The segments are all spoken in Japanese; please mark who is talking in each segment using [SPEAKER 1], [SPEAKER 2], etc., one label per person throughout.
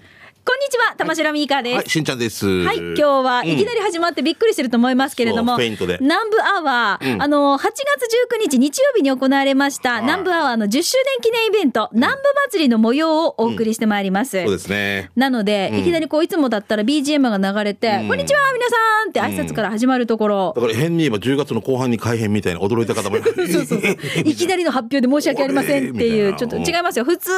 [SPEAKER 1] にちは、玉城ミーカーです。
[SPEAKER 2] はい、しんちゃんです。
[SPEAKER 1] はい、今日はいきなり始まってびっくりしてると思いますけれど
[SPEAKER 2] そ
[SPEAKER 1] も、
[SPEAKER 2] うフェイントで
[SPEAKER 1] 南部アワー、あの、8月19日日曜日に行われました、
[SPEAKER 2] い
[SPEAKER 1] 南部アワーの10周年記念イベント、南部祭りの模様をお送りしてまいります。
[SPEAKER 2] そうですね。
[SPEAKER 1] なので、いきなりこう、いつもだったら BGM が流れて、こんにちは、皆さんって挨拶から始まるところ、
[SPEAKER 2] だから変に言えば10月の後半に改編みたいな驚いた方もいる。
[SPEAKER 1] そうそうそう。いきなりの発表で申し訳ありませんっていう、
[SPEAKER 2] み
[SPEAKER 1] ち
[SPEAKER 2] た
[SPEAKER 1] ょ
[SPEAKER 2] い
[SPEAKER 1] っ
[SPEAKER 2] な
[SPEAKER 1] と違いますよ。普通に、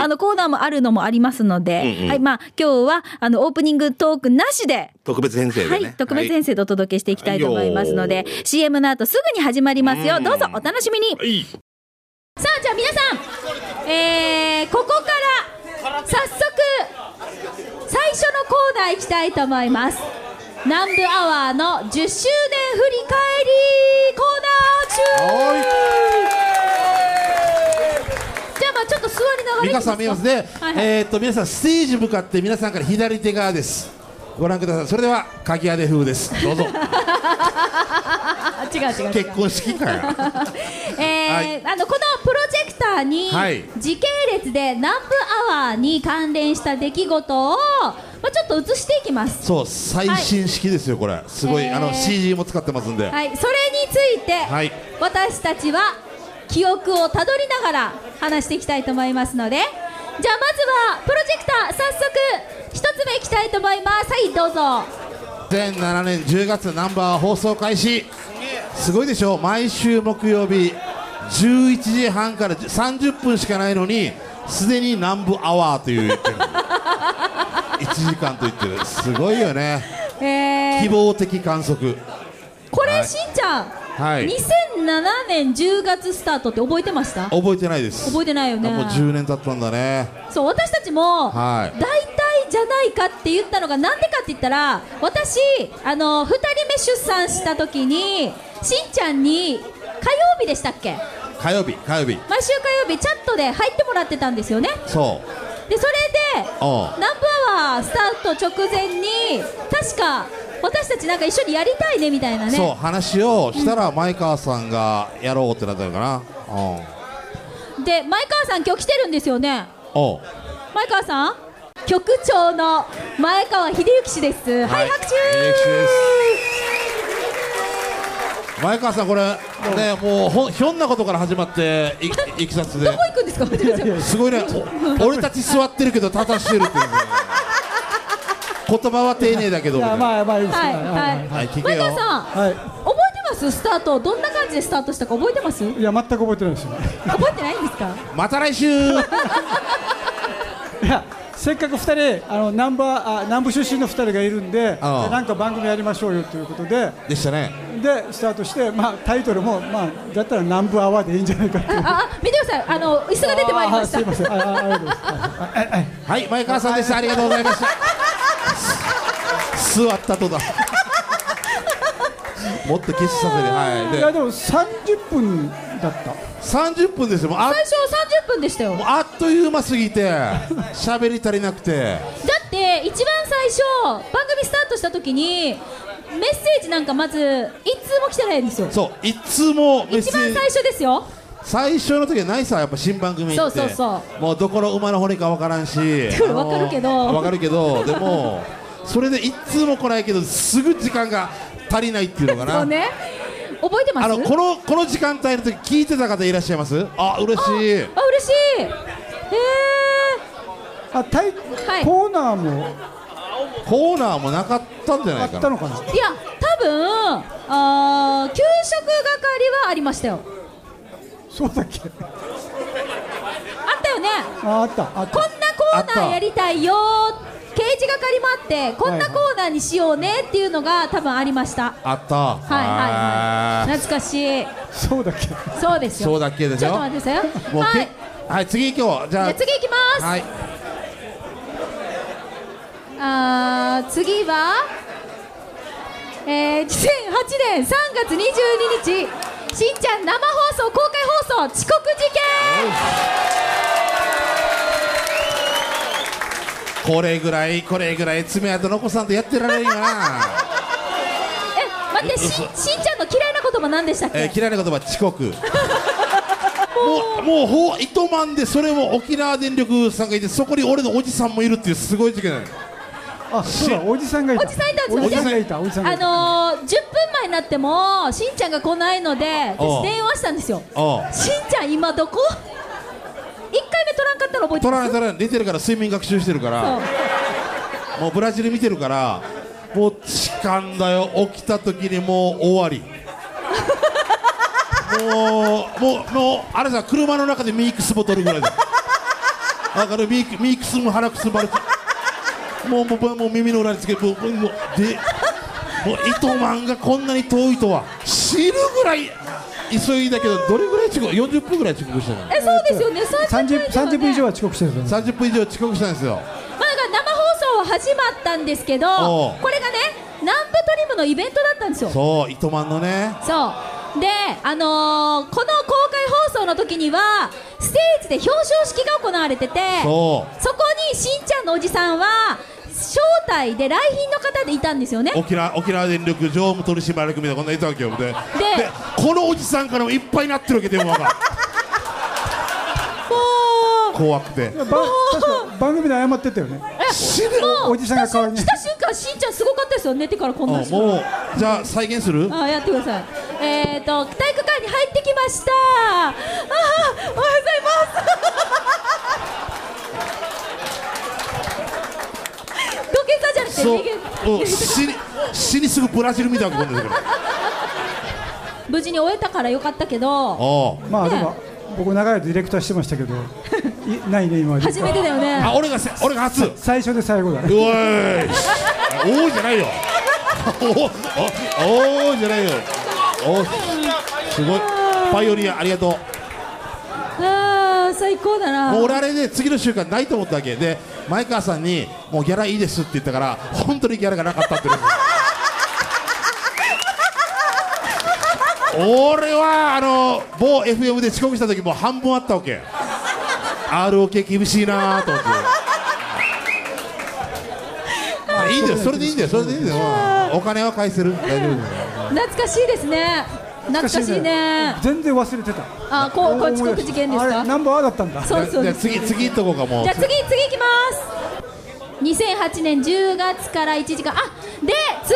[SPEAKER 1] あの、コーナーもあるのもありますので、はい、まあ、今日は、あの、オープニングトークなしで、
[SPEAKER 2] 特別編成でね。
[SPEAKER 1] はい、特別編成でお届けしていきたいと思いますので、
[SPEAKER 2] はい
[SPEAKER 1] CM の後すぐに始まりますよ。どうぞお楽しみに。
[SPEAKER 2] はい。
[SPEAKER 1] さあ、じゃあ皆さん、えー、ここから、早速、最初のコーナー行きたいと思います。南部アワーの10周年振り返りコーナー中じゃあまあちょっと座りながら
[SPEAKER 3] 美香さん見えますね、
[SPEAKER 1] はいはい
[SPEAKER 3] えーっと皆さんステージ向かって皆さんから左手側ですご覧くださいそれでは鍵屋で風ですどうぞ
[SPEAKER 1] あ違う違う違う
[SPEAKER 3] 結婚式かよ
[SPEAKER 1] えーあのこのプロジェクターに
[SPEAKER 3] はい
[SPEAKER 1] 時系列で南部アワーに関連した出来事を、まあ、ちょっと映していきます
[SPEAKER 3] そう最新式ですよこれすごい、
[SPEAKER 1] えー
[SPEAKER 3] あの CG も使ってますんで、
[SPEAKER 1] はいそれについて、
[SPEAKER 3] はい
[SPEAKER 1] 私たちは記憶をたどりながら話していきたいと思いますのでじゃあまずはプロジェクター早速一つ目いきたいと思いますはいどうぞ
[SPEAKER 3] 2007年10月ナンバー放送開始すごいでしょ毎週木曜日11時半から30分しかないのにすでに南部アワーという言ってる1時間と言ってるすごいよね
[SPEAKER 1] え
[SPEAKER 3] 希
[SPEAKER 1] ー、
[SPEAKER 3] 望的観測
[SPEAKER 1] これ、
[SPEAKER 3] はい
[SPEAKER 1] しんちゃん、
[SPEAKER 3] はい
[SPEAKER 1] 2007年10月スタートって覚えてました
[SPEAKER 3] 覚えてないです
[SPEAKER 1] 覚えてないよね
[SPEAKER 3] あもう10年経ったんだね
[SPEAKER 1] そう私たちも大
[SPEAKER 3] は
[SPEAKER 1] 体
[SPEAKER 3] い
[SPEAKER 1] じゃないかって言ったのがなんでかって言ったら私あの2人目出産した時にしんちゃんに火曜日でしたっけ
[SPEAKER 3] 火曜日火曜日
[SPEAKER 1] 毎週火曜日チャットで入ってもらってたんですよね
[SPEAKER 3] そう
[SPEAKER 1] でそれで
[SPEAKER 3] おう
[SPEAKER 1] ナンバーワースタート直前に確か私たちなんか一緒にやりたいねみたいなね
[SPEAKER 3] そう話をしたら前川さんがやろうってなったのかなうん
[SPEAKER 1] で前川さん今日来てるんですよね
[SPEAKER 3] おう
[SPEAKER 1] 前川さん局長の前川秀幸氏ですはい、拍手
[SPEAKER 3] 秀幸です前川さんこれねもうほひょんなことから始まっていいきさつで
[SPEAKER 1] どこ行くんですか
[SPEAKER 3] すごいねお俺たち座ってるけど立たしてるっていうね言葉は丁寧だけど
[SPEAKER 4] い
[SPEAKER 3] みた
[SPEAKER 4] や
[SPEAKER 3] いな
[SPEAKER 4] まあまあいいです
[SPEAKER 1] はい
[SPEAKER 4] ね
[SPEAKER 1] はい、
[SPEAKER 3] はい聞け
[SPEAKER 1] 前
[SPEAKER 3] よ
[SPEAKER 1] 川さん、
[SPEAKER 4] はい、
[SPEAKER 1] 覚えてますスタートどんな感じでスタートしたか覚えてます
[SPEAKER 4] いや全く覚えてないですよ
[SPEAKER 1] 覚えてないんですか
[SPEAKER 3] また来週
[SPEAKER 4] いやせっかく2人あの南部あ南部出身の2人がいるんで
[SPEAKER 3] ああ
[SPEAKER 4] なんか番組やりましょうよということで
[SPEAKER 3] でしたね
[SPEAKER 4] でスタートして、まあ、タイトルも、まあ、だったら南部アワーでいいんじゃないかっていう
[SPEAKER 1] ああ見てくださいあの椅子が出てまいりました
[SPEAKER 4] ああすいませんああありがとうございます
[SPEAKER 3] はい、前川さんでした。ありがとうございました。す座ったとだ。もっと消しさせる。はい。
[SPEAKER 4] いや
[SPEAKER 3] で、
[SPEAKER 4] でも30分だった
[SPEAKER 3] 三十分ですよ。もうあ、
[SPEAKER 1] 最初30分でしたよだ
[SPEAKER 3] もうあっという間すぎて、喋り足りなくて。
[SPEAKER 1] って一番最初番組スタートした時にメッセージなんかまず一通も来てないんですよ
[SPEAKER 3] そう、いつもメッ
[SPEAKER 1] 一
[SPEAKER 3] セ
[SPEAKER 1] 番
[SPEAKER 3] ージ
[SPEAKER 1] 最。初ですよ
[SPEAKER 3] 最初の時はないさ、やっぱ新番組行って。
[SPEAKER 1] そうそうそ
[SPEAKER 3] もうどこの馬の骨かわからんし。
[SPEAKER 1] うん わかるけど
[SPEAKER 3] あのわかるけど、でも。それで一通も来ないけど、すぐ時間が足りないっていうのかな。
[SPEAKER 1] そうね覚えてます
[SPEAKER 3] あのこのこの時間帯の時聞いてた方いらっしゃいますあ嬉しい
[SPEAKER 1] あ嬉しいへ
[SPEAKER 4] あタイ、
[SPEAKER 1] い
[SPEAKER 4] コーナーも
[SPEAKER 3] コーナーもなかったんじゃ
[SPEAKER 4] あ
[SPEAKER 3] ない
[SPEAKER 4] っ
[SPEAKER 3] か
[SPEAKER 4] た
[SPEAKER 3] な
[SPEAKER 4] のかな
[SPEAKER 1] えいや多分あー給食係はありましたよ
[SPEAKER 4] そうだっけ
[SPEAKER 1] あったよね
[SPEAKER 4] ああったあっ
[SPEAKER 1] こん
[SPEAKER 4] た
[SPEAKER 1] なコーナーやりたいよ刑事係もあってこんなコーナーにしようねっていうのが多分ありました
[SPEAKER 3] あった
[SPEAKER 1] はいはい
[SPEAKER 3] は
[SPEAKER 1] はい懐かしい
[SPEAKER 4] そうだっけ
[SPEAKER 1] そうです
[SPEAKER 3] い
[SPEAKER 1] よ
[SPEAKER 3] そうだっけでし
[SPEAKER 1] ちょっ
[SPEAKER 3] ょ
[SPEAKER 1] と待ってください
[SPEAKER 3] も
[SPEAKER 1] よ
[SPEAKER 3] う
[SPEAKER 1] はい
[SPEAKER 3] けはい次行こうじ
[SPEAKER 1] じゃ
[SPEAKER 3] ゃ
[SPEAKER 1] あ
[SPEAKER 3] あ
[SPEAKER 1] 次行きます、
[SPEAKER 3] はい
[SPEAKER 1] あー次は、えー、2008年3月22日しんちゃん生放送公開放送遅刻事件
[SPEAKER 3] これぐらいこれぐらい爪痕残さんとやってられるよな
[SPEAKER 1] え待ってししんちゃんの嫌いな言葉何でしたっけ、
[SPEAKER 3] えー嫌いな言葉遅刻
[SPEAKER 1] も
[SPEAKER 3] もうもうほ糸満でそれを沖縄電力さんがいてそこに俺のおじさんもいるっていうすごい事件なの
[SPEAKER 4] あ、そうだ、おじさんがいた。
[SPEAKER 1] おじさんいたんですよ
[SPEAKER 4] おじさんがいた。おじさんがいた。
[SPEAKER 1] あのー、10分前になってもしんちゃんが来ないので
[SPEAKER 3] お
[SPEAKER 1] 私
[SPEAKER 3] う
[SPEAKER 1] 電話したんですよ
[SPEAKER 3] おう
[SPEAKER 1] しんちゃん今どこ一回目取らんかったの覚えて
[SPEAKER 3] 取ら
[SPEAKER 1] ま
[SPEAKER 3] な
[SPEAKER 1] す
[SPEAKER 3] い取らない出てるから睡眠学習してるからもうブラジル見てるからもう痴漢だよ起きた時にもう終わりもうもうもうあれさ車の中でミックスボトルぐらいだだからミックミックスも腹くすばるもうもうもう耳の裏につけてもうもうもうでもう糸満がこんなに遠いとは知るぐらい急いだけどどれぐらい遅刻40分ぐらい遅刻したの
[SPEAKER 1] そうえそうですよね
[SPEAKER 4] 三十
[SPEAKER 1] 30分
[SPEAKER 4] 三十分以上
[SPEAKER 1] ま
[SPEAKER 4] は遅刻してると思う。
[SPEAKER 3] 30分以上遅刻したんですよ
[SPEAKER 1] あだから生放送は始まったんですけど
[SPEAKER 3] おう
[SPEAKER 1] これがね南部トリムのイベントだったんですよ
[SPEAKER 3] そう糸満のね
[SPEAKER 1] そうで、あのーこの公開放送の時にはステージで表彰式が行われてて
[SPEAKER 3] そ
[SPEAKER 1] そこにしんちゃんのおじさんは招待で来賓の方でいたんですよね
[SPEAKER 3] う沖縄沖縄電力常務取締役みたいなこんなにいたわけよででこのおじさんからもいっぱいなってるわけ電話が怖くて
[SPEAKER 4] ば確か番組で謝ってたよね。
[SPEAKER 3] 死ぬ
[SPEAKER 1] もう
[SPEAKER 4] おじさんが代わりに
[SPEAKER 1] 来た瞬間しんちゃんすごかったですよ寝てからこんなん
[SPEAKER 3] あ
[SPEAKER 1] して
[SPEAKER 3] もうじゃあ再現する
[SPEAKER 1] あやってくださいえっ、ー、と体育館に入ってきましたあーおはようございます土下座じゃなくて
[SPEAKER 3] そう
[SPEAKER 1] 逃げ
[SPEAKER 3] うん死に死にすぐブラジル見たわけこんなところ
[SPEAKER 1] 無事に終えたからよかったけど
[SPEAKER 3] おう
[SPEAKER 4] まあ
[SPEAKER 1] ね
[SPEAKER 4] でも僕長い間ディレクターしてまし たけど、いないね今まで。
[SPEAKER 1] 初めてだよね
[SPEAKER 3] あ俺がせ俺が初う
[SPEAKER 4] 最初で最後だね。
[SPEAKER 3] おーいしおーじゃないよおおおおーじゃないよおーすごいパイオニアありがとう
[SPEAKER 1] あー最高だな
[SPEAKER 3] もう俺あれで次の週間ないと思ったわけで前川さんに「もうギャラいいです」って言ったから本当にギャラがなかったっ て言うんです俺はあの某 FM で遅刻した時もう半分あったわけ ROK 厳しいなと思ってまあいいんだよそれでいいんだよそれでいいんだよまあお金は返せる大丈夫だよ
[SPEAKER 1] 懐かしいですね懐かしいね
[SPEAKER 4] 全然忘れてた。
[SPEAKER 1] あこうこう遅刻事件です
[SPEAKER 4] あれ
[SPEAKER 1] か
[SPEAKER 4] ナンバーワンだったんだ。
[SPEAKER 1] そうそうで
[SPEAKER 3] じゃあ
[SPEAKER 1] す
[SPEAKER 3] 次次行っとこうかもう
[SPEAKER 1] じゃあ次次行きます2008年10月から1時間あで次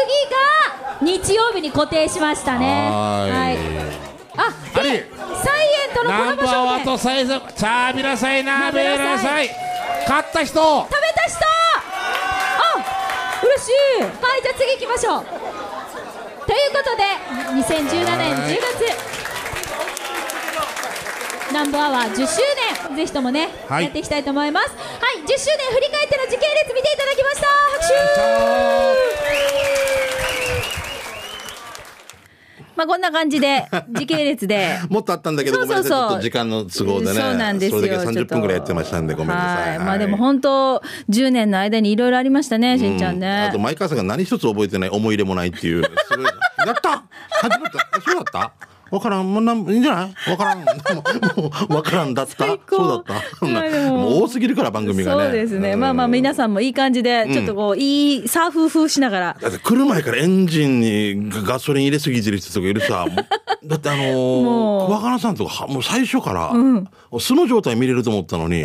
[SPEAKER 1] が日曜日に固定しましたね
[SPEAKER 3] はーい
[SPEAKER 1] あ
[SPEAKER 3] あ
[SPEAKER 1] で
[SPEAKER 3] れ
[SPEAKER 1] サイエントのコ
[SPEAKER 3] ナ
[SPEAKER 1] ラ
[SPEAKER 3] ン
[SPEAKER 1] ボ
[SPEAKER 3] バー
[SPEAKER 1] 商
[SPEAKER 3] ワン
[SPEAKER 1] 店
[SPEAKER 3] とサイズさあ皆さんなべなさい勝った人
[SPEAKER 1] 食べた人あ嬉しいはいじゃあ次行きましょうということで2017年10月ナンバーワー10周年ぜひともね、
[SPEAKER 3] はい
[SPEAKER 1] やっていきたいと思いますはい10周年振り返っての時系列見ていただきました拍手まあこんな感じで時系列 で
[SPEAKER 5] もっとあったんだけど、
[SPEAKER 1] そ
[SPEAKER 5] ご
[SPEAKER 1] う
[SPEAKER 5] めん
[SPEAKER 1] そう
[SPEAKER 5] なさい。ちょ
[SPEAKER 1] そう
[SPEAKER 5] っと時間の都合でね。
[SPEAKER 1] そうなんですよ
[SPEAKER 5] それだけ
[SPEAKER 1] ちょっ
[SPEAKER 5] 30
[SPEAKER 1] と
[SPEAKER 5] 分ぐらいやってましたんで、ごめんなさい。
[SPEAKER 1] まあでも本当10年の間にいろいろありましたねしんちゃん
[SPEAKER 5] う
[SPEAKER 1] ね
[SPEAKER 5] あと、前川さんが何一つ覚えてない、思い入れもないっていう。すごいやった始まったそうだったわからん。もうなん、いいんじゃないわからん。も うもう、わからんだった
[SPEAKER 1] 最。高
[SPEAKER 5] そうだった。
[SPEAKER 1] まあでも
[SPEAKER 5] もう多すぎるから、番組がね。
[SPEAKER 1] そうですね、
[SPEAKER 5] うん
[SPEAKER 1] まあまあ皆さんもいい感じでちょっとこう、いいサーフ風しながら
[SPEAKER 5] だって来る前からエンジンにガソリン入れすぎてる人とかい るさ。もうだってあのー、桑原さんとかは、もう最初から、素の状態見れると思ったのに、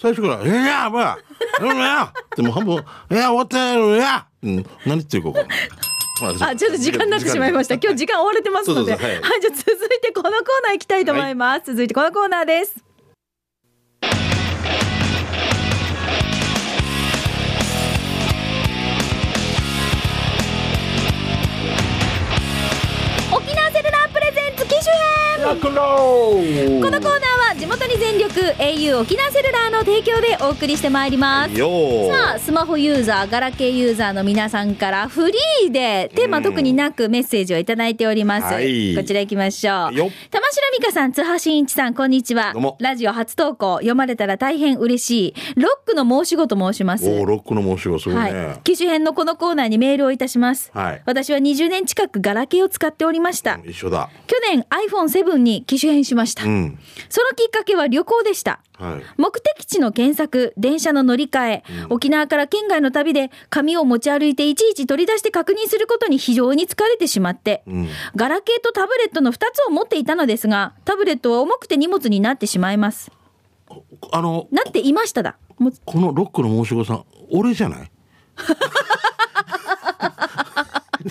[SPEAKER 5] 最初から、いや、ばや、うんや、ってもう半分、いや、終わったよ、いや、うん、何言っていうか分からん。ま
[SPEAKER 1] あちょっと時間になってしまいまし た今日時間追われてますので
[SPEAKER 5] そうそうそうはい
[SPEAKER 1] はいじゃあ続いてこのコーナー行きたいと思います、続いてこのコーナーです沖縄セルラープレゼンツ機種編このコーナーは地元に全力 au 沖縄セルラーの提供でお送りしてまいります
[SPEAKER 5] よー
[SPEAKER 1] さあスマホユーザーガラケーユーザーの皆さんからフリーでテーマ特になくメッセージをいただいております、
[SPEAKER 5] はい
[SPEAKER 1] こちら行きましょう
[SPEAKER 5] よっ
[SPEAKER 1] 玉城美香さん津波真一さんこんにちは
[SPEAKER 5] どうも
[SPEAKER 1] ラジオ初投稿読まれたら大変嬉しいロックの申し子と申します
[SPEAKER 5] おーロックの申し子すごい
[SPEAKER 1] は
[SPEAKER 5] ね
[SPEAKER 1] い、。機種編のこのコーナーにメールをいたします、
[SPEAKER 5] はい
[SPEAKER 1] 私は20年近くガラケーを使っておりました、
[SPEAKER 5] 一緒だ。
[SPEAKER 1] 去年 iPhone7 に機種変しました、
[SPEAKER 5] うん。
[SPEAKER 1] そのきっかけは旅旅行でした。
[SPEAKER 5] はい
[SPEAKER 1] 目的地の検索、電車の乗り換え、沖縄から県外の旅で紙を持ち歩いていちいち取り出して確認することに非常に疲れてしまって、ガラケーとタブレットの2つを持っていたのですが、タブレットは重くて荷物になってしまいます。
[SPEAKER 5] あの
[SPEAKER 1] なっていましただ。もう
[SPEAKER 5] このロックの申し子さん俺じゃない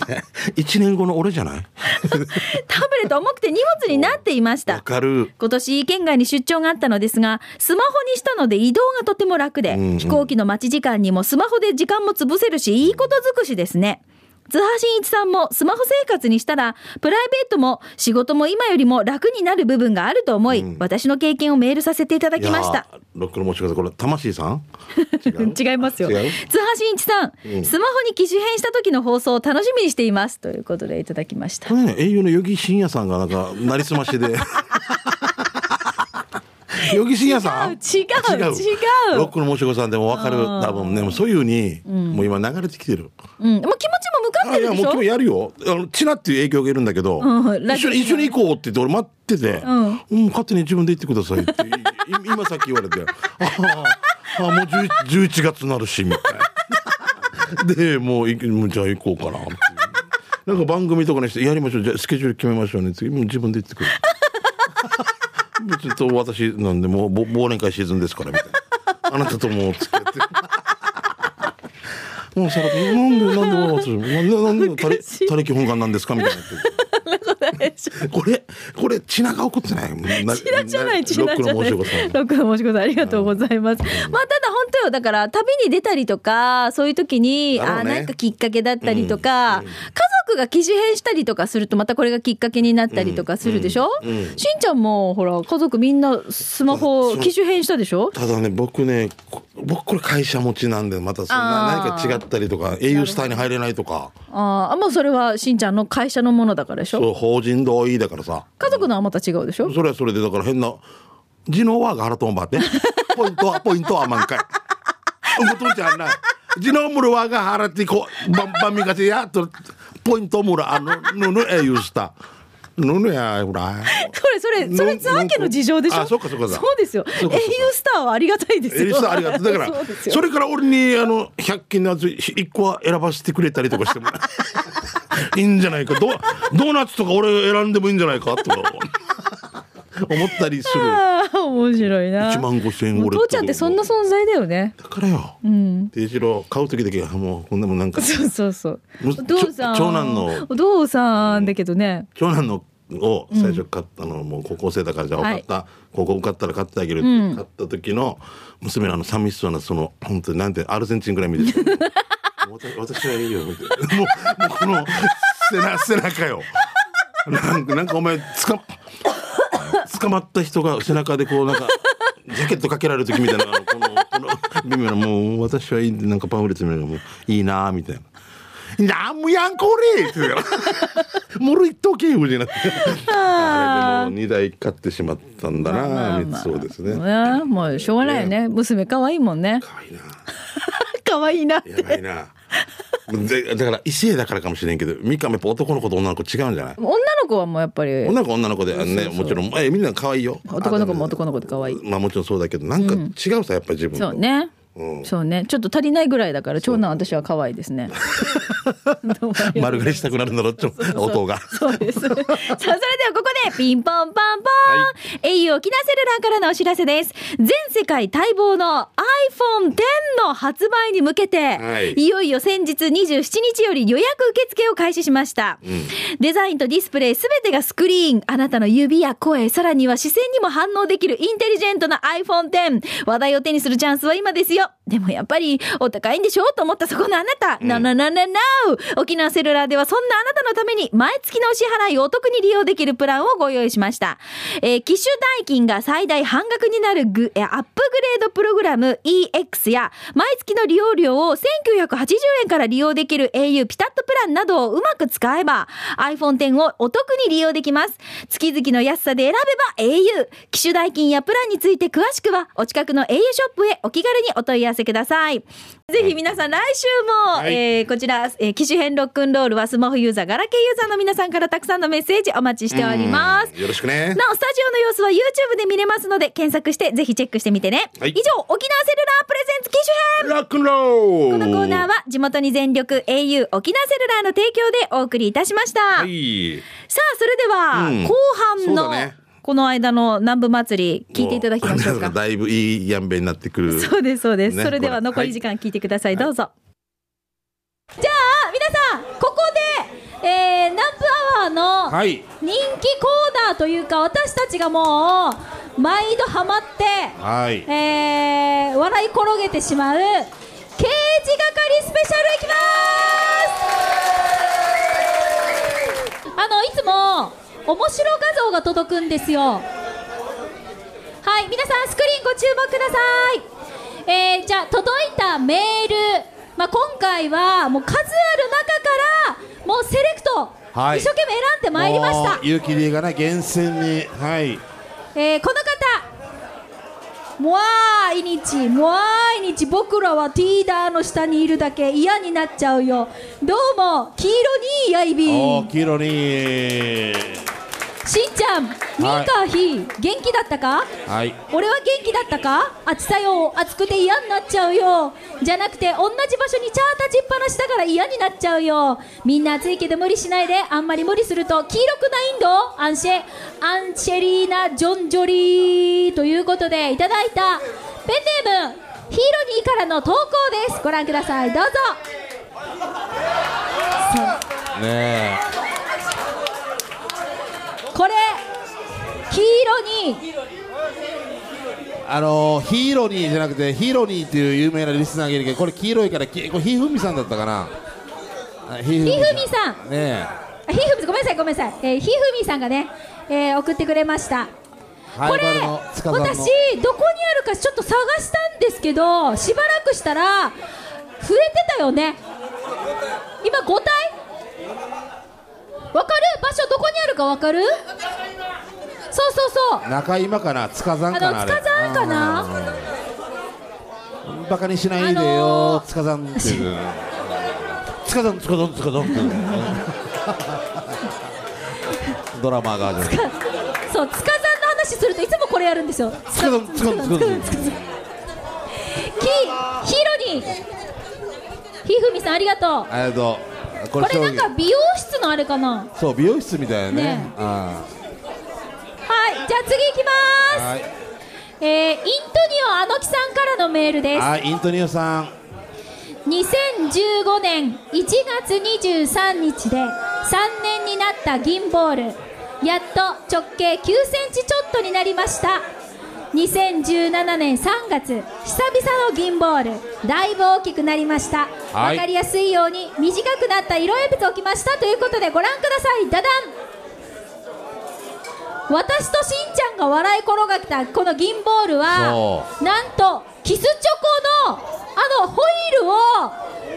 [SPEAKER 5] ね一年後の俺じゃない
[SPEAKER 1] タブレット重くて荷物になっていました
[SPEAKER 5] わ。かる
[SPEAKER 1] 今年県外に出張があったのですがスマホにしたので移動がとても楽で、
[SPEAKER 5] んうん
[SPEAKER 1] 飛行機の待ち時間にもスマホで時間も潰せるしいいこと尽くしですね津波真一さんもスマホ生活にしたらプライベートも仕事も今よりも楽になる部分があると思い、私の経験をメールさせていただきまし
[SPEAKER 5] いや
[SPEAKER 1] た
[SPEAKER 5] ーロックの申し子さんこれ魂さん違う
[SPEAKER 1] 違いますよ津
[SPEAKER 5] 違
[SPEAKER 1] 波
[SPEAKER 5] う
[SPEAKER 1] 真一さん、スマホに機種変した時の放送を楽しみにしていますということでいただきました
[SPEAKER 5] これね英雄の余木真也さんがなんかなりすまし で余木真也さん
[SPEAKER 1] 違う違う違う
[SPEAKER 5] ロックの申し子さんでもわかる多分ねもうそういうふうに、もう今流れてきてる
[SPEAKER 1] うん、もう気持ちも向かっ
[SPEAKER 5] あ
[SPEAKER 1] て
[SPEAKER 5] い
[SPEAKER 1] る
[SPEAKER 5] や
[SPEAKER 1] で
[SPEAKER 5] もう
[SPEAKER 1] しょ
[SPEAKER 5] 君やるよあのチナっていう影響がいるんだけど、
[SPEAKER 1] うんラ
[SPEAKER 5] 一
[SPEAKER 1] ジオ
[SPEAKER 5] 緒に一緒に行こうって言って俺待ってて、
[SPEAKER 1] ん
[SPEAKER 5] うん勝手に自分で行ってください ってい今さっき言われてああああもう11 11月になるしみたいなでもういもうじゃあ行こうかなっていうなんか番組とかにしてやりましょうじゃあスケジュール決めましょうね次もう自分で行ってくる別にと私なんでもうぼ忘年会シーズンですからみたいなあなたともう付き合ってもうさらっとなんでなんでわざわざなんでなんでたれたれ基本願なんですかみたいな これこれチナが怒ってないな
[SPEAKER 1] チラじゃない、チ
[SPEAKER 5] ロ
[SPEAKER 1] ラ
[SPEAKER 5] ック
[SPEAKER 1] じゃ
[SPEAKER 5] の
[SPEAKER 1] ない。
[SPEAKER 5] 申し
[SPEAKER 1] ロ
[SPEAKER 5] 子さん
[SPEAKER 1] ックの申し子さん、ありがとうございます。まあ、ただ本当よ、だから、旅に出たりとか、そういう時に、
[SPEAKER 5] だろ
[SPEAKER 1] あ
[SPEAKER 5] う
[SPEAKER 1] ー、
[SPEAKER 5] ね
[SPEAKER 1] なんかきっかけだったりとか、家族が機種変したりとかすると、またこれがきっかけになったりとかするでしょしんちゃんも、ほら、家族みんなスマホ、
[SPEAKER 5] そう
[SPEAKER 1] 機種変したでしょ
[SPEAKER 5] ただね僕ねこ僕これ会社持ちなんでまたそん
[SPEAKER 1] あ
[SPEAKER 5] な
[SPEAKER 1] ー
[SPEAKER 5] 何か違ったりとか英雄スターに入れないとか
[SPEAKER 1] ああ、もうそれはしんちゃんの会社のものだからでしょ
[SPEAKER 5] そう法人同意だからさ
[SPEAKER 1] 家族のはまた違うでしょ
[SPEAKER 5] それはそれでだから変な「ジノはガラトンバ って」ポイントはポイントは満開うんごとんちゃんないジノムルはが払ってこばんばんみかせやとポイントもらあのぬぬ英雄スターぬぬやほら
[SPEAKER 1] それ、それ、それ、
[SPEAKER 5] の
[SPEAKER 1] 津波家の事情でしょ
[SPEAKER 5] あそうかそうかそう
[SPEAKER 1] そうですよ。英
[SPEAKER 5] そうかそうか
[SPEAKER 1] 雄スターはありがたいですよ。
[SPEAKER 5] エリスさんありがとうだから
[SPEAKER 1] そうです
[SPEAKER 5] そ
[SPEAKER 1] よ
[SPEAKER 5] れから俺にあの100均のやつ1個は選ばせてくれたりと かしてもいいんじゃないかドドーナツとか俺選んでもいいんじゃないかとか思ったりする
[SPEAKER 1] ああ面白いな
[SPEAKER 5] 1万5000円
[SPEAKER 1] もう
[SPEAKER 5] 俺
[SPEAKER 1] 父ちゃんってそんな存在だよね
[SPEAKER 5] だからよ定一郎買う時だけはもうこんなもんなんか
[SPEAKER 1] そうそうそう
[SPEAKER 5] む
[SPEAKER 1] お父さん
[SPEAKER 5] ちょ長男の
[SPEAKER 1] お父さんだけどね
[SPEAKER 5] 長男のを最初買ったの、もう高校生だからじゃあ
[SPEAKER 1] は
[SPEAKER 5] 買
[SPEAKER 1] い
[SPEAKER 5] った、高校受かったら買ってあげるって、買った時の娘のあの寂しそうなその本当になんてアルゼンチンぐらい見 てたもう私私はいいよみたいなもうもうこの背な背中よなんかなんかお前つか捕まった人が背中でこうなんかジャケットかけられる時みたいなあのこのこの微妙なもう私はいいんでなんかパンフレットみたいなもういいなあみたいな。なんもやんこれって言 うからもろいっとけよみたいなあれでも2台買ってしまったんだな三つそうですね
[SPEAKER 1] ねもうしょうがないよね娘可愛いもん ね
[SPEAKER 5] 可愛いな
[SPEAKER 1] 可愛いな
[SPEAKER 5] やばいなでだから異性だからかもしれんけど三上やっぱ男の子と女の子違うんじゃない
[SPEAKER 1] 女の子はもうやっぱり
[SPEAKER 5] 女の子は女の子でねもちろんえみんな可愛いよ
[SPEAKER 1] 男の子も男の子で可愛い
[SPEAKER 5] あでもまあもちろんそうだけどなんか違うさやっぱり自分と
[SPEAKER 1] そうね
[SPEAKER 5] うん
[SPEAKER 1] そうねちょっと足りないぐらいだから長男私は可愛いです ねどうもあ りがとう
[SPEAKER 5] 丸刈りしたくなるんだろちょ音が
[SPEAKER 1] そうです。さあ、それではここで、ピンポンパンポン、英雄沖縄セルラーからのお知らせです。全世界待望の iPhone X の発売に向けて、
[SPEAKER 5] はい
[SPEAKER 1] いよいよ先日27日より予約受付を開始しました。デザインとディスプレイすべてがスクリーン。あなたの指や声、さらには視線にも反応できるインテリジェントな iPhone X。話題を手にするチャンスは今ですよ。でもやっぱりお高いんでしょうと思ったそこのあなた。ななななな沖縄セルラーではそんなあなたのために毎月のお支払いをお得に利用できるプランをご用意しました。えー機種代金が最大半額になるグ、えーアップグレードプログラム EX や、毎月の利用料を1980円から利用できる au ピタットプランなどをうまく使えば、iPhone X をお得に利用できます。月々の安さで選べば au。機種代金やプランについて詳しくは、お近くの au ショップへお気軽にお問い合わせ問い合わせください。ぜひ皆さん来週も、
[SPEAKER 3] はい
[SPEAKER 1] えーこちら、えー機種編ロックンロールはスマホユーザー、ガラケーユーザーの皆さんからたくさんのメッセージお待ちしております。
[SPEAKER 5] よろしくね。
[SPEAKER 1] なお、スタジオの様子は YouTube で見れますので、検索してぜひチェックしてみてね。
[SPEAKER 5] はい
[SPEAKER 1] 以上、沖縄セルラープレゼンツ機種編
[SPEAKER 5] ロックンロ
[SPEAKER 1] こ
[SPEAKER 5] ール
[SPEAKER 1] のコーナーは地元に全力 au 沖縄セルラーの提供でお送りいたしました。
[SPEAKER 5] はい。
[SPEAKER 1] さあ、それでは、
[SPEAKER 5] うん
[SPEAKER 1] 後半
[SPEAKER 5] そう
[SPEAKER 1] の、
[SPEAKER 5] だね
[SPEAKER 1] この間の南部祭り、聞いていただきましょう
[SPEAKER 5] も
[SPEAKER 1] か。
[SPEAKER 5] だいぶいいやんべになってくる。
[SPEAKER 1] そうです、そうです。
[SPEAKER 5] ね
[SPEAKER 1] それでは
[SPEAKER 5] これ
[SPEAKER 1] 残り時間聞いてください。どうぞ。
[SPEAKER 6] じゃあ皆さんここで、えー、南部アワーの
[SPEAKER 3] はい
[SPEAKER 6] 人気コーナーというか私たちがもう毎度ハマって、
[SPEAKER 3] はい
[SPEAKER 6] えー笑い転げてしまう刑事係スペシャルいきますあのいつも面白画像が届くんですよはい、皆さんスクリーンご注目ください。えーじゃあ届いたメール、まあ今回はもう数ある中からもうセレクト、
[SPEAKER 3] はい
[SPEAKER 6] 一生懸命選んでまいりました
[SPEAKER 3] もう。有機リーがね厳選にはい
[SPEAKER 6] えーこの方もあいにちもあいにち僕らはティーダーの下にいるだけ嫌になっちゃうよどうも黄色にいいやいび
[SPEAKER 3] お
[SPEAKER 6] ん
[SPEAKER 3] ー黄色に
[SPEAKER 6] しんちゃんミカヒ、元気だったか
[SPEAKER 3] はい
[SPEAKER 6] 俺は元気だったか暑さよ暑くて嫌になっちゃうよじゃなくて同じ場所にチャー立ちっぱなしだから嫌になっちゃうよみんな暑いけど無理しないであんまり無理すると黄色くないんどアンシェアンシェリーナ・ジョンジョリーということでいただいたペンネームヒーロニーからの投稿ですご覧くださいどうぞ
[SPEAKER 3] ね
[SPEAKER 6] これ黄色に
[SPEAKER 3] えあのー、ヒーローにーじゃなくてヒーローにーっていう有名なリスナーがいるけどこれ黄色いからきこれひふみさんだったかなあひふ
[SPEAKER 6] ひふみさん
[SPEAKER 3] んね
[SPEAKER 6] あひふみごめんなさいごめんなさい、えーひふみさんがね、えー送ってくれました
[SPEAKER 3] え
[SPEAKER 6] こ
[SPEAKER 3] ハイ
[SPEAKER 6] れ
[SPEAKER 3] バルの
[SPEAKER 6] 私
[SPEAKER 3] 塚さん
[SPEAKER 6] どこ
[SPEAKER 3] の
[SPEAKER 6] にあるかちょっと探したんですけどしばらくしたら増えてたよね今5体わかる場所どこにあるかわかるそうそうそう
[SPEAKER 3] 中今かな塚さんかな
[SPEAKER 6] あ
[SPEAKER 3] あれ
[SPEAKER 6] の塚さんかな
[SPEAKER 3] うんバカにしないでよ、
[SPEAKER 6] あのー
[SPEAKER 3] 塚さんっていう塚さん塚さん塚さんっていうドラマがある
[SPEAKER 6] そう塚さんの話するといつもこれやるんですよ
[SPEAKER 3] つかどんつかどんつかどん
[SPEAKER 6] きヒロにひふみさんありがとう
[SPEAKER 3] あれとうこ
[SPEAKER 6] こ
[SPEAKER 3] れ
[SPEAKER 6] れなんか美容室のあれかなはい
[SPEAKER 3] そう美容室みたいなね
[SPEAKER 6] ね
[SPEAKER 3] あ
[SPEAKER 6] じゃあ次行きま
[SPEAKER 3] あ
[SPEAKER 6] す
[SPEAKER 3] はい
[SPEAKER 6] えーイントニオあのきさんからのメールです
[SPEAKER 3] あイントニオさん
[SPEAKER 6] 2015年1月23日で3年になった銀ボールやっと直径9センチちょっとになりました2017年3月久々の銀ボールだいぶ大きくなりましたわ、
[SPEAKER 3] はい
[SPEAKER 6] かりやすいように短くなった色鉛筆をきましたということでご覧くださいダダン私としんちゃんが笑い転がったこの銀ボールは
[SPEAKER 3] そう
[SPEAKER 6] なんとキスチョコのあのホイールを集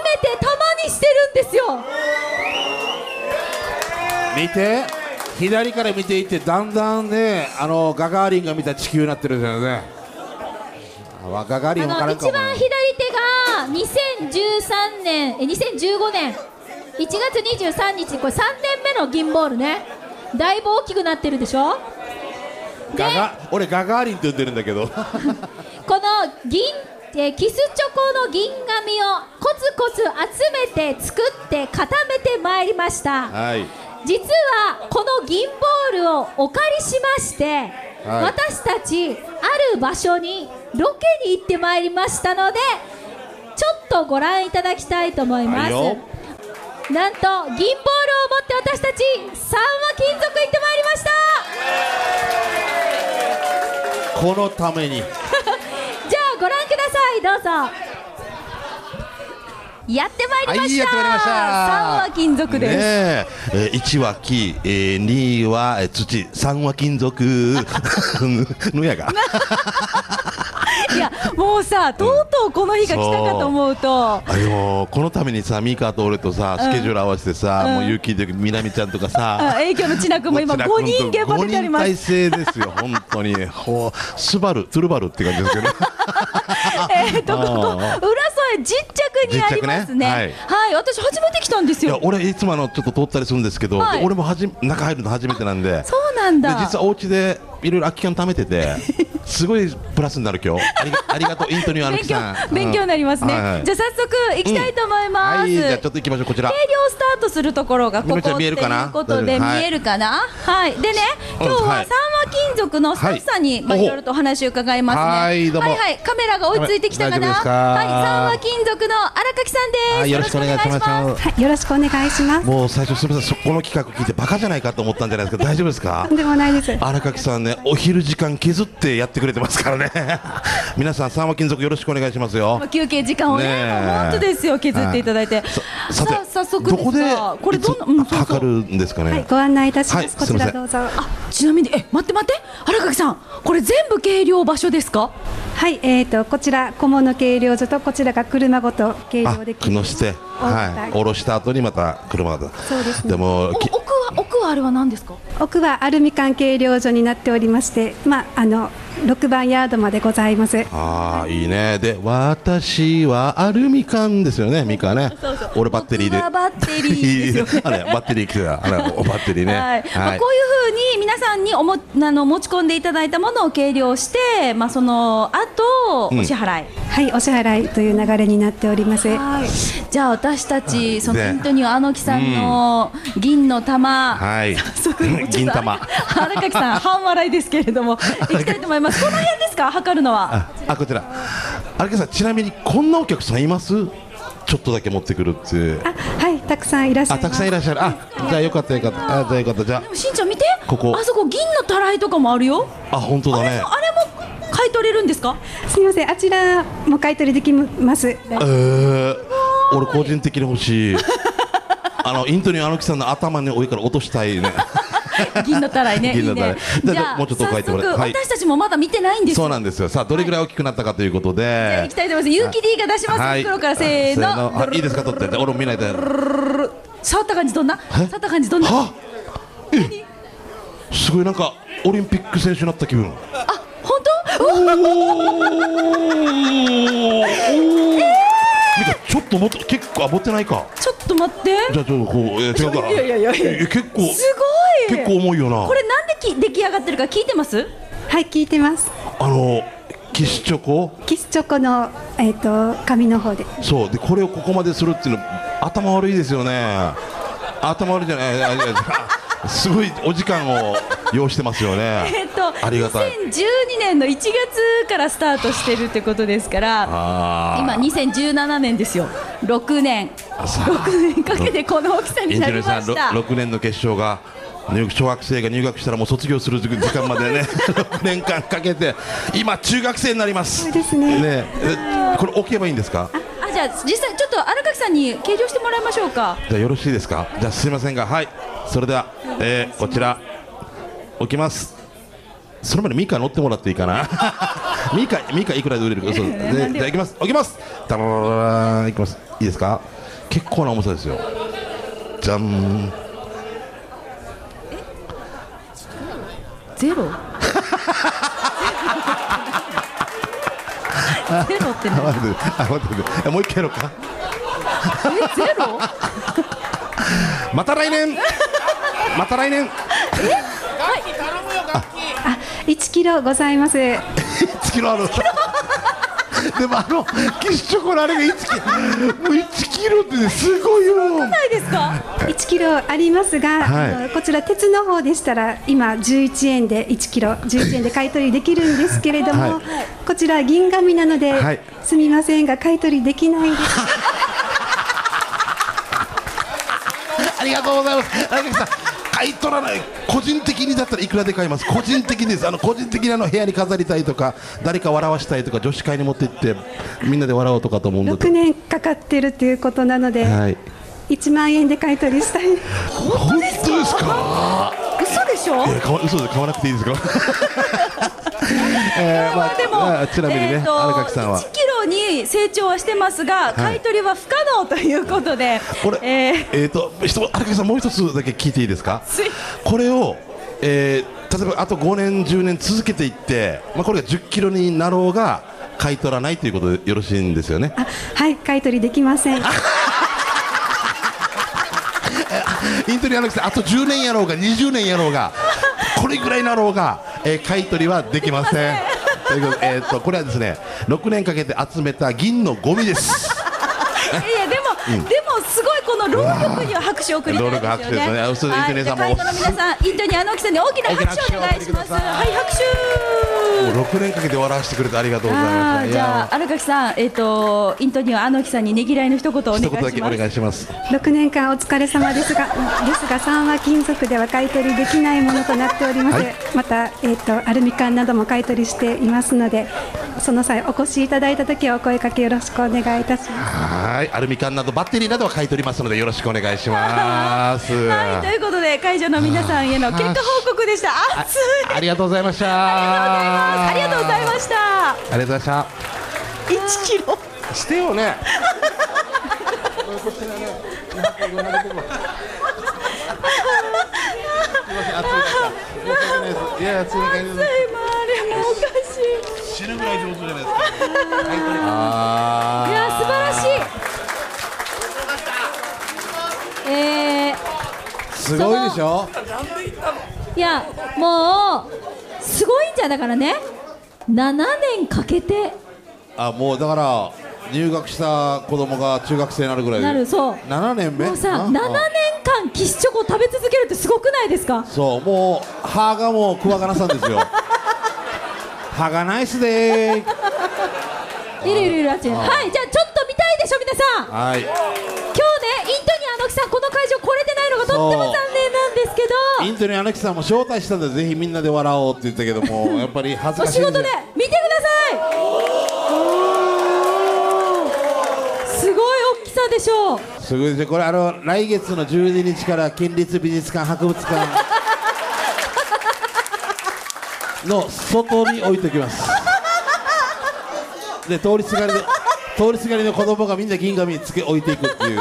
[SPEAKER 6] めて玉にしてるんですよ
[SPEAKER 3] 見て左から見ていってだんだんねあのガガーリンが見た地球になってるんだよねあわガガーリン分
[SPEAKER 6] あ
[SPEAKER 3] か
[SPEAKER 6] の
[SPEAKER 3] らんか
[SPEAKER 6] 一
[SPEAKER 3] も
[SPEAKER 6] 番左手が2013年え2015年1月23日これ3年目の銀ボールねだいぶ大きくなってるでしょで
[SPEAKER 3] ガガ俺ガガーリンって言ってるんだけ ど
[SPEAKER 6] この銀えーキスチョコの銀紙をコツコツ集めて作って固めてまいりました
[SPEAKER 3] はい
[SPEAKER 6] 実はこの銀ボールをお借りしまして、
[SPEAKER 3] はい
[SPEAKER 6] 私たちある場所にロケに行ってまいりましたのでちょっとご覧いただきたいと思いま
[SPEAKER 3] はい
[SPEAKER 6] す
[SPEAKER 3] よ
[SPEAKER 6] なんと銀ボールを持って私たち三和金属行ってまいりました
[SPEAKER 3] このために
[SPEAKER 6] じゃあご覧くださいどうぞやってまいりまし
[SPEAKER 3] はいや
[SPEAKER 6] た,、
[SPEAKER 3] ってまいりました
[SPEAKER 6] 三和金属です、
[SPEAKER 3] ねええー、1は木、えー、2はえー土、3は金属、ぬやが。
[SPEAKER 7] いやもうさとうとうこの日が来たかと思うと
[SPEAKER 3] あのー、このためにさ、ミカと俺とさ、スケジュール合わせてさ、もうゆきで、みなみちゃんとか
[SPEAKER 7] あ
[SPEAKER 3] さ、
[SPEAKER 7] 影響の千奈君も今
[SPEAKER 3] もう
[SPEAKER 7] 5人現場出ておりま
[SPEAKER 3] 五人体
[SPEAKER 7] す
[SPEAKER 3] 制ですよ、本当に。ほう、スバル、ツルバルって感じですけど。な。
[SPEAKER 7] えっと、ここ、浦添実着にあります
[SPEAKER 3] 実着
[SPEAKER 7] ね。
[SPEAKER 3] ね
[SPEAKER 7] は
[SPEAKER 3] はいい、
[SPEAKER 7] 私初めて来たんです
[SPEAKER 5] いや
[SPEAKER 7] よ。
[SPEAKER 5] 俺いつもあのちょっと通ったりするんですけど、
[SPEAKER 7] はい
[SPEAKER 5] で俺もはじ中入るの初めてなんで
[SPEAKER 7] そうなん
[SPEAKER 5] で
[SPEAKER 7] だ。
[SPEAKER 5] 実はお家でいろいろ空き缶貯めてて すごいプラスになる今日ありがありがとうイントニオアル
[SPEAKER 7] 勉
[SPEAKER 5] キ
[SPEAKER 7] 強
[SPEAKER 5] さん、
[SPEAKER 7] 勉強になりますね。
[SPEAKER 5] うんはいはい
[SPEAKER 7] じゃあ、早速行きたいと思います。
[SPEAKER 5] はいじゃあちょっと行きましょうこちら
[SPEAKER 7] 軽量スタートするところがここ
[SPEAKER 5] みのり
[SPEAKER 7] って
[SPEAKER 5] ちゃん見
[SPEAKER 7] い
[SPEAKER 5] えるかな
[SPEAKER 7] うこと
[SPEAKER 5] 大丈
[SPEAKER 7] で
[SPEAKER 5] 夫はい
[SPEAKER 7] 見えるかな、はい、でね、今日は
[SPEAKER 5] うん
[SPEAKER 7] 三
[SPEAKER 5] は
[SPEAKER 7] 和
[SPEAKER 5] い
[SPEAKER 7] 金属のスタッフさんに、
[SPEAKER 5] はい
[SPEAKER 7] まあ、
[SPEAKER 5] おほ
[SPEAKER 7] いろいろとお話を伺いますね。
[SPEAKER 5] はいどうも
[SPEAKER 7] はいはいカメラが追いついてきたかな。
[SPEAKER 3] 大丈夫ですか
[SPEAKER 7] はい、三和金属の荒垣さんです、
[SPEAKER 5] はいよろしくお願いします
[SPEAKER 8] はい、よろしくお願いします。
[SPEAKER 5] もう最初すみませんそこの企画聞いてバカじゃないかと思ったんじゃないですか大丈夫ですか
[SPEAKER 8] とんでもないです。
[SPEAKER 5] 荒垣さんねお昼時間削ってやってくれてますからね 皆さん三和金属よろしくお願いしますよ
[SPEAKER 7] まあ休憩時間をね、
[SPEAKER 5] ねえ
[SPEAKER 7] もう本当ですよ、削っていただいて。
[SPEAKER 5] さて
[SPEAKER 7] さあ、早速
[SPEAKER 5] ど
[SPEAKER 7] で
[SPEAKER 5] こ
[SPEAKER 7] す
[SPEAKER 5] で
[SPEAKER 7] が、これどんな、
[SPEAKER 5] いつ
[SPEAKER 7] うん、そうそ
[SPEAKER 5] 測る
[SPEAKER 7] う。
[SPEAKER 5] んですかね、
[SPEAKER 8] はい、ご案内いたしま
[SPEAKER 5] はい
[SPEAKER 8] す。こち
[SPEAKER 5] す
[SPEAKER 8] ら
[SPEAKER 5] い
[SPEAKER 8] ど
[SPEAKER 5] ま
[SPEAKER 8] うぞ。あ
[SPEAKER 7] ちなみに、え、待って待って、荒垣さん、これ全部計量場所ですか。
[SPEAKER 8] はい、えっ、と、こちら小物計量所と、こちらが車ごと計
[SPEAKER 5] あ
[SPEAKER 8] 量でき
[SPEAKER 5] く
[SPEAKER 8] る。
[SPEAKER 5] のして、はい、下ろした後にまた車が
[SPEAKER 8] そうですね
[SPEAKER 5] でも
[SPEAKER 7] お
[SPEAKER 5] き
[SPEAKER 7] 奥は、奥はあれは何ですか。
[SPEAKER 8] 奥はアルミ缶計量所になっておりまして、まあ、あの、六番ヤードまでございます。
[SPEAKER 5] ああいいねで私はアルミ缶ですよねミカね俺バッテリーで
[SPEAKER 7] 僕はバッテリーですよ
[SPEAKER 5] あれバッテリー来てたあれおバッテリーね
[SPEAKER 7] はいまあ、こういうふうに皆さんにおもあの持ち込んでいただいたものを計量して、まあ、その後
[SPEAKER 5] うん
[SPEAKER 7] お支払い、
[SPEAKER 8] はい、お支払いという流れになっております。
[SPEAKER 7] じゃあ私たちその
[SPEAKER 5] ね
[SPEAKER 7] イントニオあのきさんの銀の玉、
[SPEAKER 5] はい
[SPEAKER 7] 早速もうちょっ
[SPEAKER 5] 銀
[SPEAKER 7] と
[SPEAKER 5] 玉
[SPEAKER 7] 荒垣さん半笑いですけれどもいきたいと思いますこの辺ですか測るのは
[SPEAKER 5] ああこちら荒木さんちなみにこんなお客さんいますちょっとだけ持ってくるって
[SPEAKER 8] あ、はい、たくさんいらっしゃ
[SPEAKER 5] あ
[SPEAKER 8] いま
[SPEAKER 5] たく
[SPEAKER 8] す
[SPEAKER 5] さんい。らっしゃるあじゃあよかったよかったあじゃあよかったじゃ
[SPEAKER 7] でもしんちゃん見て
[SPEAKER 5] ここ
[SPEAKER 7] あそこ銀のたらいとかもあるよ
[SPEAKER 5] ああ本当だね
[SPEAKER 7] あれも買い取れるんですか
[SPEAKER 8] すみません、あちらも買い取りできます。
[SPEAKER 5] えー、俺個人的に欲し いあのイントニオ荒木さんの頭の上から落としたいね
[SPEAKER 7] 銀のたら いねいい
[SPEAKER 5] 銀のたら
[SPEAKER 7] ね
[SPEAKER 5] い
[SPEAKER 7] じ
[SPEAKER 5] じゃ
[SPEAKER 7] ゃ
[SPEAKER 5] あ
[SPEAKER 7] あ
[SPEAKER 5] もうちょっとお書
[SPEAKER 7] 早
[SPEAKER 5] いてもらえ
[SPEAKER 7] 速
[SPEAKER 5] はい
[SPEAKER 7] 私たちもまだ見てないんですよ
[SPEAKER 5] そうなんですよさあどれぐらい大きくなったかということで、
[SPEAKER 7] いきたいと思います。ユーキ D が出します。袋からせーの。
[SPEAKER 5] はいいいですか取って俺も見ないで
[SPEAKER 7] 触った感じどんな？触った感じどんな？
[SPEAKER 5] はえすごいなんかオリンピック選手になった気分
[SPEAKER 7] 本当？う
[SPEAKER 5] お
[SPEAKER 7] わ
[SPEAKER 5] ーおー見たちょっともっと結構あ持ってないか
[SPEAKER 7] ちょっと待って。
[SPEAKER 5] じゃあちょっとこうえー違うから
[SPEAKER 7] いやいやいやいや
[SPEAKER 5] 結構
[SPEAKER 7] すごい。
[SPEAKER 5] 結構重いよな
[SPEAKER 7] これなんでき出来上がってるか聞いてます？
[SPEAKER 8] はい、聞いてます。
[SPEAKER 5] あのキッシュチョコ
[SPEAKER 8] キスチョコの、えっ、と、紙の方で。
[SPEAKER 5] そうでこれをここまでするっていうの頭悪いですよね頭悪いじゃないあいやいや すごいお時間を要してますよね
[SPEAKER 7] えっと、
[SPEAKER 5] ありがたい
[SPEAKER 7] 2012年の1月からスタートしてるってことですから。
[SPEAKER 5] あ
[SPEAKER 7] 今2017年ですよ。6年。6年かけてこの大きさ
[SPEAKER 5] ーイ
[SPEAKER 7] に
[SPEAKER 5] ン
[SPEAKER 7] な
[SPEAKER 5] テリア
[SPEAKER 7] り
[SPEAKER 5] さ
[SPEAKER 7] ま
[SPEAKER 5] ん
[SPEAKER 7] し
[SPEAKER 5] ろ
[SPEAKER 7] た。
[SPEAKER 5] 6年の決勝が入小学生が入学したらもう卒業する時間まで ね6年間かけて今中学生になります
[SPEAKER 8] そうですね
[SPEAKER 5] えこれ置けばいいんですか
[SPEAKER 7] あ、じゃあ実際ちょっと荒垣さんに計量してもらいましょうか。
[SPEAKER 5] じゃあよろしいですかじゃあすいませんがはいそれでは、えーこちら置きますそれまでミカ乗ってもらっていいかなミカミカいくらで売れるかそうでじゃあ行きます置きますダララララーン行きますいいですか結構な重さですよじゃん
[SPEAKER 7] ゼロ。ゼロって
[SPEAKER 5] あ
[SPEAKER 7] 何？
[SPEAKER 5] 待ってあ待って待ってもう一回やろうか
[SPEAKER 7] えゼロ？
[SPEAKER 5] また来年また来年
[SPEAKER 8] あ、1キロございます。
[SPEAKER 5] 1キロあるでもあのキッシュチョコのあれが1キロもう1キロってねすごいよ
[SPEAKER 7] ないですか？
[SPEAKER 8] 1キロありますが、
[SPEAKER 5] はい
[SPEAKER 8] あのこちら鉄の方でしたら今11円で1キロ11円で買い取りできるんですけれども、
[SPEAKER 5] はい
[SPEAKER 8] こちら銀紙なので、
[SPEAKER 5] はい
[SPEAKER 8] すみませんが買い取りできないです。
[SPEAKER 5] ありがとうございます。荒垣さん、買い取らない。個人的にだったらいくらで買います。個人的にです。あの個人的にあの部屋に飾りたいとか、誰か笑わしたいとか、女子会に持って行ってみんなで笑おうとかと思うんだけ
[SPEAKER 8] 6
[SPEAKER 5] ど。
[SPEAKER 8] 年かかってるということなので、
[SPEAKER 5] はい。
[SPEAKER 8] 1万円で買い取りしたいです。
[SPEAKER 5] 本当ですか。
[SPEAKER 7] 嘘でしょ
[SPEAKER 5] い？や、買わ嘘で買わなくていいです か。えー
[SPEAKER 7] まあでも、
[SPEAKER 5] あちなみに
[SPEAKER 7] え
[SPEAKER 5] ね、
[SPEAKER 7] ーと
[SPEAKER 5] 荒垣さんは
[SPEAKER 7] 1。キロに成長はしてますが、買い取りは不可能ということで、
[SPEAKER 5] これ、
[SPEAKER 7] え
[SPEAKER 5] えー、
[SPEAKER 7] ー
[SPEAKER 5] と、一つ荒木さん、もう一つだけ聞いていいですか
[SPEAKER 7] すい。
[SPEAKER 5] これを、えー例えばあと5年、10年続けていって、まあ、これが10キロになろうが、買い取らないということでよろしいんですよ ね
[SPEAKER 8] あはい買い取りできません
[SPEAKER 5] イントリアの季節あと10年やろうが20年やろうがこれぐらいになろうが、えー買い取りはできませんということで、えー、とこれはですね6年かけて集めた銀のゴミ です
[SPEAKER 7] いやでも、でもすごいこの労力には拍手を送りた
[SPEAKER 5] 労
[SPEAKER 7] い
[SPEAKER 5] 力
[SPEAKER 7] です
[SPEAKER 5] 拍手で
[SPEAKER 7] よ
[SPEAKER 5] すねあ
[SPEAKER 7] ね。
[SPEAKER 5] 嘘で
[SPEAKER 7] はい
[SPEAKER 5] イントニーさんも
[SPEAKER 7] じゃあ会場の皆さん、イントニーあのきさんに大きな拍手をお願いしま
[SPEAKER 5] 大きな拍
[SPEAKER 7] す。
[SPEAKER 5] 手をお送りください
[SPEAKER 7] はい、拍手。
[SPEAKER 5] もう6年かけて笑わせてくれてありがとうございま
[SPEAKER 7] あ
[SPEAKER 5] す
[SPEAKER 7] ー
[SPEAKER 5] い
[SPEAKER 7] じゃ
[SPEAKER 5] や
[SPEAKER 7] あ荒垣さん、えっ、とイントニーはあのきさんにねぎらいの一言をお願い
[SPEAKER 5] ー
[SPEAKER 7] し
[SPEAKER 5] 一言
[SPEAKER 7] ま
[SPEAKER 5] だ
[SPEAKER 7] す。
[SPEAKER 5] けお願いします
[SPEAKER 8] 6年間お疲れ様ですがですが3は金属では買い取りできないものとなっております、
[SPEAKER 5] はい
[SPEAKER 8] また、えー、とアルミ缶なども買い取りしていますのでその際お越しいただいた時はお声かけよろしくお願いいたします
[SPEAKER 5] はーいアルミ缶などバッテリーなどは買い取りますのでよろしくお願いします
[SPEAKER 7] はい、ということで会場の皆さんへの結果報告でした。熱い。
[SPEAKER 5] ありがとうございました
[SPEAKER 7] ありがとうございます。あ
[SPEAKER 5] ありがとうございました
[SPEAKER 7] りがとうございました。1キロ。
[SPEAKER 5] してよねいや暑い
[SPEAKER 7] 今あれもおかしい。
[SPEAKER 5] 死ぬぐらい上手じゃないですか
[SPEAKER 6] いや素晴らしいえ
[SPEAKER 5] すごいでしょ
[SPEAKER 6] ー、いやもうすごいんじゃだからね7年かけて
[SPEAKER 5] あもうだから入学した子供が中学生になるぐらい
[SPEAKER 6] なるそう
[SPEAKER 5] 7年目
[SPEAKER 6] もうさ
[SPEAKER 5] あ
[SPEAKER 6] 7年間キッショコを食べ続けるってすごくないですか
[SPEAKER 5] そうもう歯がもうクワガナさんですよ 歯がないっすでー
[SPEAKER 6] いるいるいるあっちはいじゃあちょっと見たいでしょ皆さん
[SPEAKER 5] はい
[SPEAKER 6] 今日ねイントニーあのきさんこの会場来れてないのがとっても残念なんですけ
[SPEAKER 5] イントリアのキさんも招待したんでぜひみんなで笑おうって言ったけどもやっぱり恥ず
[SPEAKER 6] どお
[SPEAKER 5] かしい
[SPEAKER 6] 仕
[SPEAKER 5] ん
[SPEAKER 6] 事で見てくださいおーすごい大きさでしょう
[SPEAKER 5] すごいですよこれあの来月の12日から県立美術館博物館の外に置いておきますで通りすがりの通りすがりの子供がみんな銀紙につけ置いていくっていう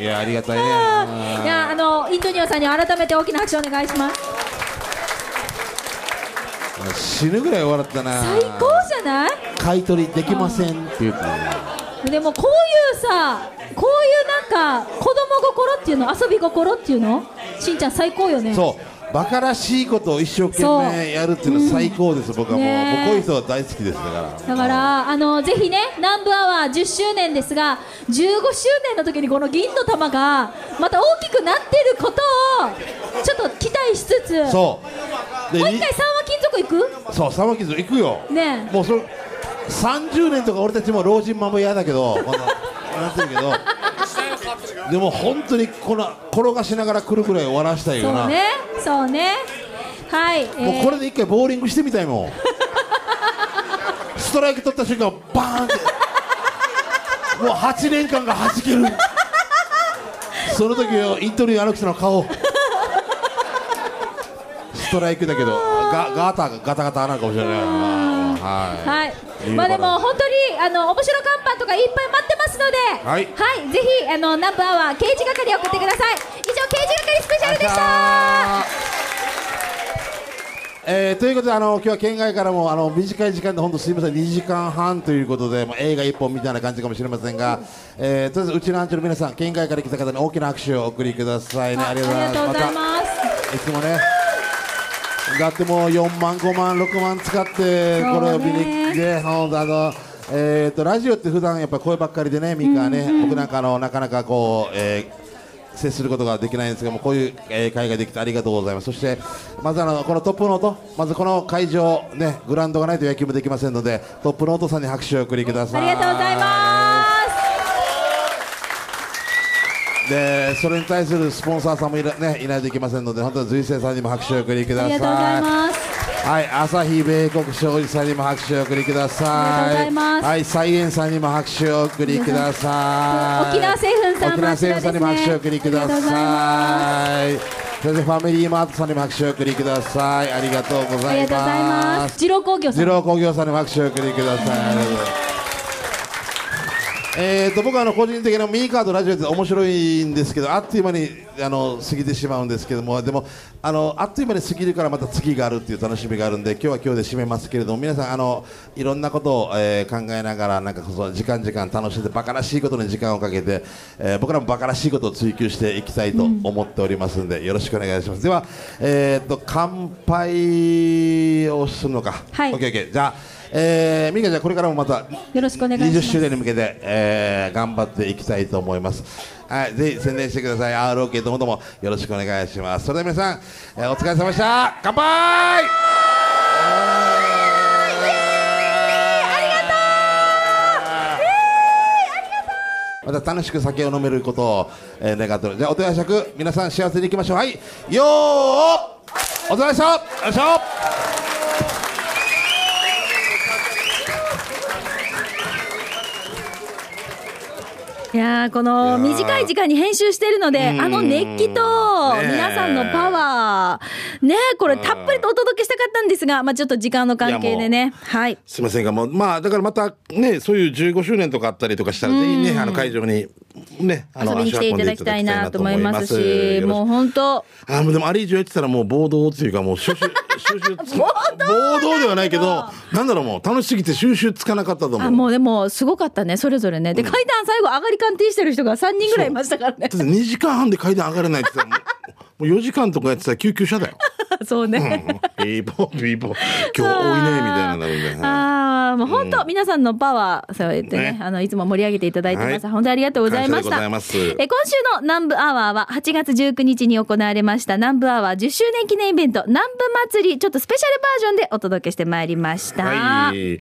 [SPEAKER 5] いやありがたいね
[SPEAKER 6] いやあのイントニーさんに改めて大きな拍手お願いします
[SPEAKER 5] 死ぬぐらい笑ったな
[SPEAKER 6] 最高じゃない
[SPEAKER 5] 買い取りできませんって言って
[SPEAKER 6] でもこういうさこういうなんか子供心っていうの遊び心っていうのしんちゃん最高よね
[SPEAKER 5] そうバカらしいことを一生懸命やるっていうのは最高です、僕はもう、
[SPEAKER 6] ね
[SPEAKER 5] 僕
[SPEAKER 6] え
[SPEAKER 5] こういう人は大好きですだから
[SPEAKER 6] だからあのぜひね南部アワー10周年ですが15周年の時にこの銀の玉がまた大きくなってることをちょっと期待しつつも
[SPEAKER 5] そうで
[SPEAKER 6] う一回三和金属いく
[SPEAKER 5] にそうサマキズ行くよ
[SPEAKER 6] ねえ
[SPEAKER 5] もうそれ30年とか俺たちも老人マも嫌だけ どまだなってるけどでも本当にこの転がしながら来るくらい終わらしたいよ
[SPEAKER 6] そ
[SPEAKER 5] な
[SPEAKER 6] うねそうねはい、えー
[SPEAKER 5] もうこれで一回ボーリングしてみたいもんストライク取った瞬間バーンってもう8年間がはじけるその時よイントリーアノキさんの顔ストライクだけどガガタガタガタなのかもしれないなはい
[SPEAKER 6] はい
[SPEAKER 5] いい、の
[SPEAKER 6] ま
[SPEAKER 5] か
[SPEAKER 6] あ
[SPEAKER 5] な
[SPEAKER 6] でも本当にあの面白看板とかいっぱい待ってますので、
[SPEAKER 5] はい
[SPEAKER 6] ぜひあのナンバーワー刑事係送ってください。以上刑事係スペシャルでした。
[SPEAKER 5] えーということであの今日は県外からもあの短い時間で本当すみません2時間半ということで、まあ、映画一本みたいな感じかもしれませんが、えーとりあえずうちのアンチの皆さん県外から来た方に大きな拍手をお送りくださいねありがとうございます
[SPEAKER 6] す。
[SPEAKER 5] たいつもねだってもう4万5万6万使ってこれを見に来て本当あのえー、とラジオって普段やっぱ声ばっかりでね、ミカはね、僕なんかあのなかなかこう、えー接することができないんですけども、こういう、えー会ができてありがとうございます。そしてまずあのこのトップノート、まずこの会場ね、グラウンドがないと野球もできませんので、トップノートさんに拍手をお送りくださ
[SPEAKER 6] あ
[SPEAKER 5] い。
[SPEAKER 6] りがとうございます。
[SPEAKER 5] でそれに対するスポンサーさんもいら、ね、いないといけませんので本当に随成さんにも拍手をお送りくだ
[SPEAKER 6] あ
[SPEAKER 5] さい
[SPEAKER 6] りがとうございます。
[SPEAKER 5] はい朝日米国商事さんにも拍手をお送りください
[SPEAKER 6] ありがとうございます
[SPEAKER 5] はい菜園さんにも拍手をお送りください
[SPEAKER 6] 沖縄製粉さん
[SPEAKER 5] 沖縄製粉さんにも
[SPEAKER 6] 真っ
[SPEAKER 5] 拍手をお
[SPEAKER 6] 白
[SPEAKER 5] 送り
[SPEAKER 6] ですね
[SPEAKER 5] くださいそしてファミリーマートさんにも拍手をお送りくださいありがとうご
[SPEAKER 6] あ
[SPEAKER 5] ざい
[SPEAKER 6] りがとうござい
[SPEAKER 5] ま
[SPEAKER 6] ますす。二郎工業さ
[SPEAKER 5] 二
[SPEAKER 6] ん。
[SPEAKER 5] 郎工業さんにも拍手をお送りください。ありがとうございますえー、と僕はあの個人的なミニカードラジオって面白いんですけどあっという間にあの過ぎてしまうんですけどもでもあのあっという間に過ぎるからまた次があるっていう楽しみがあるんで今日は今日で締めますけれども皆さんあのいろんなことを、えー考えながらなんかその時間時間楽しんでバカらしいことに時間をかけて、えー僕らもバカらしいことを追求していきたいと思っておりますんで、よろしくお願いしますでは、えー、と乾杯をするのか、
[SPEAKER 9] はい
[SPEAKER 5] オッケーオッケーじゃあ、えー、ミカちゃんこれからもまた
[SPEAKER 9] よろしくお願いし
[SPEAKER 5] 20
[SPEAKER 9] ます
[SPEAKER 5] 周年に向けて、えー頑張っていきたいと思います。はい、ぜひ宣伝してください。ROK ともどもよろしくお願いします。それでは皆さん、えーお疲れ様でした。乾杯また楽しく酒を飲めることを、えー願っております。じゃあ、お手早く皆さん幸せにいきましょう。はい、よーお疲れ様でしたよいしょ
[SPEAKER 1] いやーこの
[SPEAKER 5] いやー
[SPEAKER 1] 短い時間に編集してるので、
[SPEAKER 5] うん
[SPEAKER 1] あの熱気と、
[SPEAKER 5] ねえ
[SPEAKER 1] 皆さんのパワー、ねえこれたっぷりとお届けしたかったんですが、まあちょっと時間の関係で
[SPEAKER 3] いや
[SPEAKER 1] ね、はい。
[SPEAKER 3] すいませんがもうまあだからまたねそういう15周年とかあったりとかしたら、ぜひねあの会場にねあの
[SPEAKER 1] 遊びに来ていただきたいなと思います
[SPEAKER 3] 足を運んでい
[SPEAKER 1] し、
[SPEAKER 3] ただきたいなと思いますよろ
[SPEAKER 1] もう
[SPEAKER 3] しく
[SPEAKER 1] 本当、
[SPEAKER 3] あーもうでもアリージュやってたらもう暴動っていうかもう収集収集つ暴動ではないけどなんだろうもう楽しすぎて収集つかなかったと思う
[SPEAKER 1] あ、もうでもすごかったね、それぞれね。で、階段最後上がり鑑定してる人が3人ぐらいいましたからね。
[SPEAKER 3] だって2時間半で階段上がれないって言ったらもうもう4時間とかやってたら救急車だよ。
[SPEAKER 1] そうね。
[SPEAKER 3] ビーボービーボー今日多いねみたいなのになるんで。はい
[SPEAKER 1] ああ、もう本当、皆さんのパワー、そう言ってね
[SPEAKER 3] ね
[SPEAKER 1] あの、いつも盛り上げていただいてます。
[SPEAKER 3] はい
[SPEAKER 1] 本当にありがとうございました。
[SPEAKER 3] 感謝でございます
[SPEAKER 1] え、今週の南部アワーは、8月19日に行われました南部アワー10周年記念イベント、南部祭り、ちょっとスペシャルバージョンでお届けしてまいりました。
[SPEAKER 3] はい。